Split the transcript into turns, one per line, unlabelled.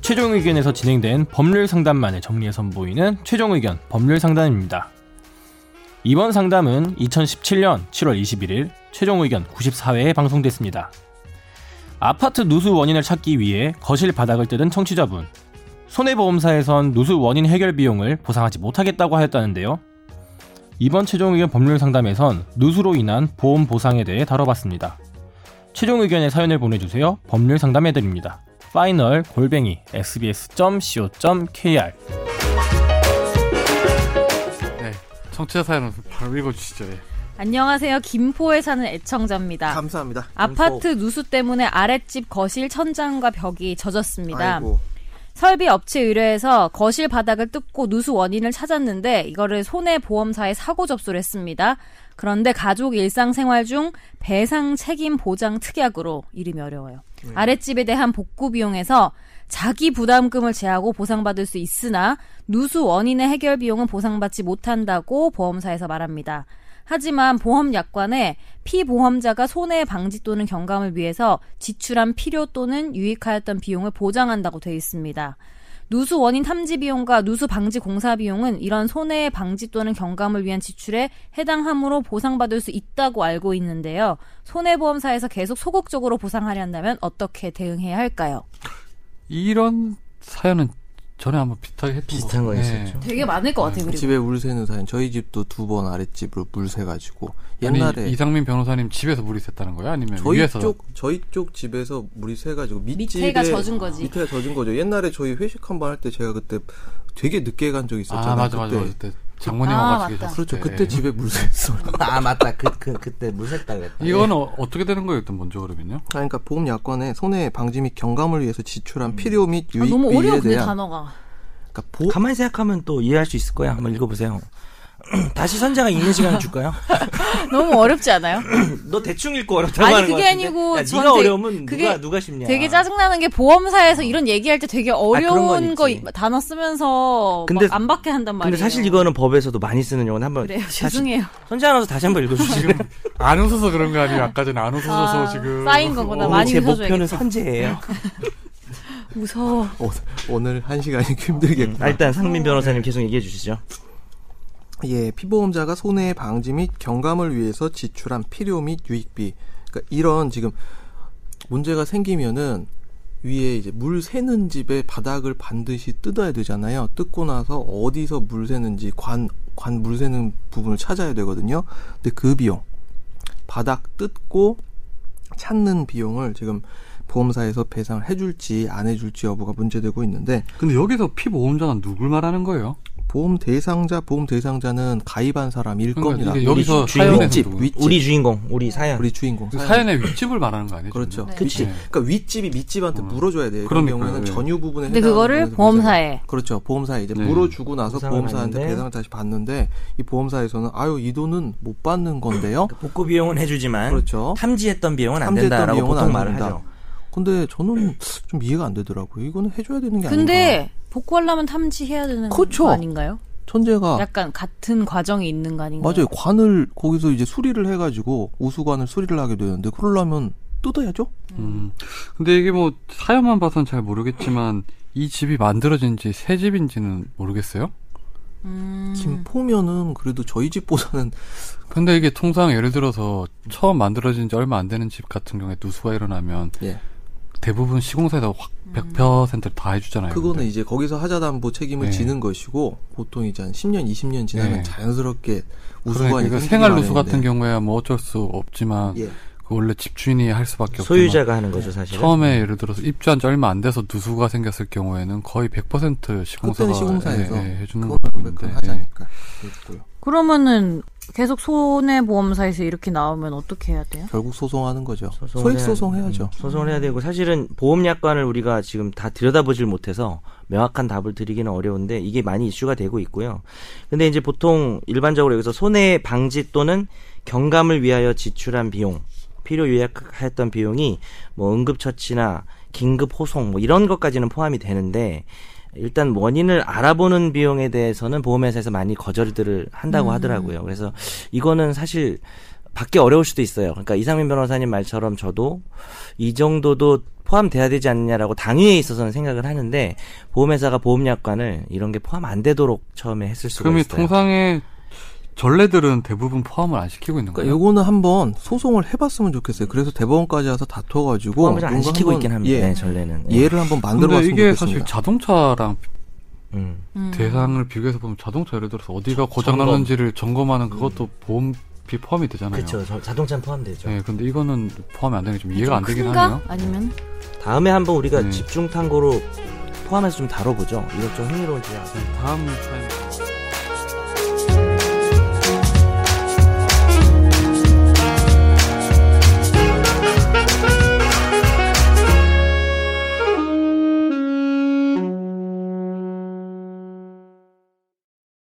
최종 의견에서 진행된 법률 상담만을 정리해 선보이는 최종 의견 법률 상담입니다. 이번 상담은 2017년 7월 21일 최종 의견 94회에 방송됐습니다. 아파트 누수 원인을 찾기 위해 거실 바닥을 뜯은 청취자분. 손해보험사에선 누수 원인 해결 비용을 보상하지 못하겠다고 하였다는데요. 이번 최종 의견 법률 상담에선 누수로 인한 보험 보상에 대해 다뤄봤습니다. 최종 의견의 사연을 보내주세요. 법률 상담해드립니다. 파이널 골뱅이 sbs.co.kr
네. 청취자 사연은 바로 읽어주시죠. 예.
안녕하세요. 김포에 사는 애청자입니다.
감사합니다.
아, 아파트 누수 때문에 아랫집 거실 천장과 벽이 젖었습니다.
아이고.
설비 업체 의뢰해서 거실 바닥을 뜯고 누수 원인을 찾았는데 이거를 손해보험사에 사고 접수를 했습니다. 그런데 가족 일상생활 중 배상 책임 보장 특약으로 이름이 어려워요.
음.
아랫집에 대한 복구 비용에서 자기 부담금을 제하고 보상받을 수 있으나 누수 원인의 해결 비용은 보상받지 못한다고 보험사에서 말합니다. 하지만 보험약관에 피보험자가 손해 방지 또는 경감을 위해서 지출한 필요 또는 유익하였던 비용을 보장한다고 되어 있습니다. 누수 원인 탐지 비용과 누수 방지 공사 비용은 이런 손해 방지 또는 경감을 위한 지출에 해당하므로 보상받을 수 있다고 알고 있는데요. 손해보험사에서 계속 소극적으로 보상하려 한다면 어떻게 대응해야 할까요?
이런 사연은 전에 한번 비슷하게 했던
비슷한
것
거
같- 예.
있었죠.
되게 많을 것 같아요. 그리고
집에 물 새는 사연. 저희 집도 두 번 아랫집으로 물 새가지고
예. 아니,
옛날에
이상민 변호사님 집에서 물이 샜다는 거야? 아니면
저희
위에서?
쪽 저희 쪽 집에서 물이 새가지고 밑집에
밑에가 젖은 거지.
밑에가 젖은 거죠. 옛날에 저희 회식 한 번 할 때 제가 그때 되게 늦게 간 적이 있었잖아요.
아 맞아 맞아
그때.
맞아. 그때 장모님하고
아,
같이
맞다.
계셨을
그렇죠.
때.
그때 집에 물 샜어. 요
아 맞다 그, 그 그때 무색다
네.
그랬다
이거는 어, 떻게 되는 거예요? 일단 먼저 그러면요.
그러니까 보험 약관에 손해 방지 및 경감을 위해서 지출한 필요 및
아, 너무 어려워
유익비에
근데
대한
단어가.
그러니까 보
가만히 생각하면 또 이해할 수 있을 거야 한번 읽어보세요 다시 선자가 읽는 시간을 줄까요?
너무 어렵지 않아요?
너 대충 읽고 어렵다고
아니
하는 거
그게
같은데
아니고
야,
저한테
네가 어려우면
그게
누가 누가 쉽냐 아,
되게 짜증나는 게 보험사에서 이런 얘기할 때 되게
건
어려운
있지.
거 이- 단어 쓰면서
근데-
막 안 받게 한단 말이에요.
근데 사실 이거는 법에서도 많이 쓰는 용어 한번
그래요.
다시-
죄송해요.
선재 아나운서 다시 한번 읽어주시면
안 웃어서 그런 거 아니에요? 아까 전에 안 웃어서
아,
지금
쌓인 거구나.
어,
많이
제
웃어줘야겠다.
목표는 선재예요
무서워.
오- 어, 오늘 한 시간이 힘들겠구나.
아, 일단 상민 변호사님 계속 얘기해 주시죠
예, 피보험자가 손해 방지 및 경감을 위해서 지출한 필요 및 유익비. 그러니까 이런 지금 문제가 생기면은 위에 이제 물 새는 집의 바닥을 반드시 뜯어야 되잖아요. 뜯고 나서 어디서 물 새는지 관, 관 물 새는 부분을 찾아야 되거든요. 근데 그 비용. 바닥 뜯고 찾는 비용을 지금 보험사에서 배상을 해줄지 안 해줄지 여부가 문제되고 있는데
근데 여기서 피보험자는 누굴 말하는 거예요?
보험 대상자 보험 대상자는 가입한 사람일
그러니까
겁니다.
이게 여기서
주인공.
사연에서
윗집,
누구?
윗집.
우리 주인공 우리 사연
우리 주인공.
그 사연의 윗집을 말하는 거 아니에요?
그렇죠.
지금?
윗집.
네. 음.
그러니까 윗집이 밑집한테 물어줘야 돼요. 이런
그러니까요.
경우에는
네.
전유 부분에
근데
해당하는
그거를
부분에서
보험사에.
보상을- 그렇죠. 보험사에 이제
네.
물어주고 나서
보상을
보험사한테
받는데.
배상을 다시 받는데 이 보험사에서는 아유 이 돈은 못 받는 건데요.
그러니까.
복구 비용은 해주지만
그렇죠.
탐지했던 비용은 안
탐지했던
된다라고
비용은
보통
안
말을
된다.
하죠
근데 저는 좀 이해가 안 되더라고요. 이거는 해줘야 되는 게 아닌가.
근데 복구하려면 탐지해야 되는
그쵸.
그렇죠.
거 아닌가요?
천재가
약간 같은 과정이 있는 거 아닌가요?
맞아요. 관을 거기서 이제 수리를 해가지고 우수관을 수리를 하게 되는데 그러려면 뜯어야죠.
음. 근데 이게 뭐 사연만 봐선 잘 모르겠지만 이 집이 만들어진지 새 집인지는 모르겠어요.
음.
김포면은 그래도 저희 집보다는
근데 이게 통상 예를 들어서 처음 만들어진 지 얼마 안 되는 집 같은 경우에 누수가 일어나면
예.
대부분 시공사에서 확 100%다 해주잖아요.
그거는
근데.
이제 거기서 하자담보 책임을
네.
지는 것이고 보통 이제 한 10년, 20년 지나면
네.
자연스럽게
그러니까
우수관이
이거
생기기
생활 누수
마련인데.
같은 경우에야 뭐 어쩔 수 없지만
예.
그 원래 집주인이 할 수밖에 없지만
소유자가 하는 거죠 사실은
네.
처음에 예를 들어서 입주한 지 얼마 안 돼서 누수가 생겼을 경우에는 거의 100% 시공사가
그때는 시공사에서
예, 예, 해주는
그건
걸로 알고
고백은
있는데 예.
하자니까 그랬고요.
그러면은 계속 손해보험사에서 이렇게 나오면 어떻게 해야 돼요?
결국 소송하는 거죠.
소송을
소액
해야-
소송 해야죠.
음, 소송을 해야 되고 사실은 보험약관을 우리가 지금 다 들여다보질 못해서 명확한 답을 드리기는 어려운데 이게 많이 이슈가 되고 있고요. 근데 이제 보통 일반적으로 여기서 손해 방지 또는 경감을 위하여 지출한 비용, 필요 요약했던 비용이 뭐 응급처치나 긴급 호송 뭐 이런 것까지는 포함이 되는데 일단 원인을 알아보는 비용에 대해서는 보험회사에서 많이 거절들을 한다고 하더라고요. 그래서 이거는 사실 받기 어려울 수도 있어요. 그러니까 이상민 변호사님 말처럼 저도 이 정도도 포함돼야 되지 않느냐라고 당위에 있어서는 생각을 하는데 보험회사가 보험약관을 이런 게 포함 안 되도록 처음에 했을 수가
그럼 이
있어요.
통상의 전례들은 대부분 포함을 안 시키고 있는 거예요.
그러니까 요거는 한번 소송을 해봤으면 좋겠어요. 그래서 대법원까지 와서 다퉈가지고
포함을 안
뭔가
시키고
한번,
있긴 합니다.
예,
네, 전례는. 예.
예를 한번
근데
만들어봤으면
이게
좋겠습니다.
사실 자동차랑
음.
음.
대상을 비교해서 보면 자동차 예를 들어서 어디가
점검.
고장 났는지를 점검하는 그것도 보험비 포함이 되잖아요.
그렇죠. 저- 자동차는 포함되죠.
네, 근데 이거는 포함이 안 되는 게 좀 이해가 안 되긴
큰가?
하네요.
아니면
다음에 한번 우리가
네.
집중 탐구로 포함해서 좀 다뤄보죠. 이것 좀 흥미로운 주제 같습니다.
다음 사연.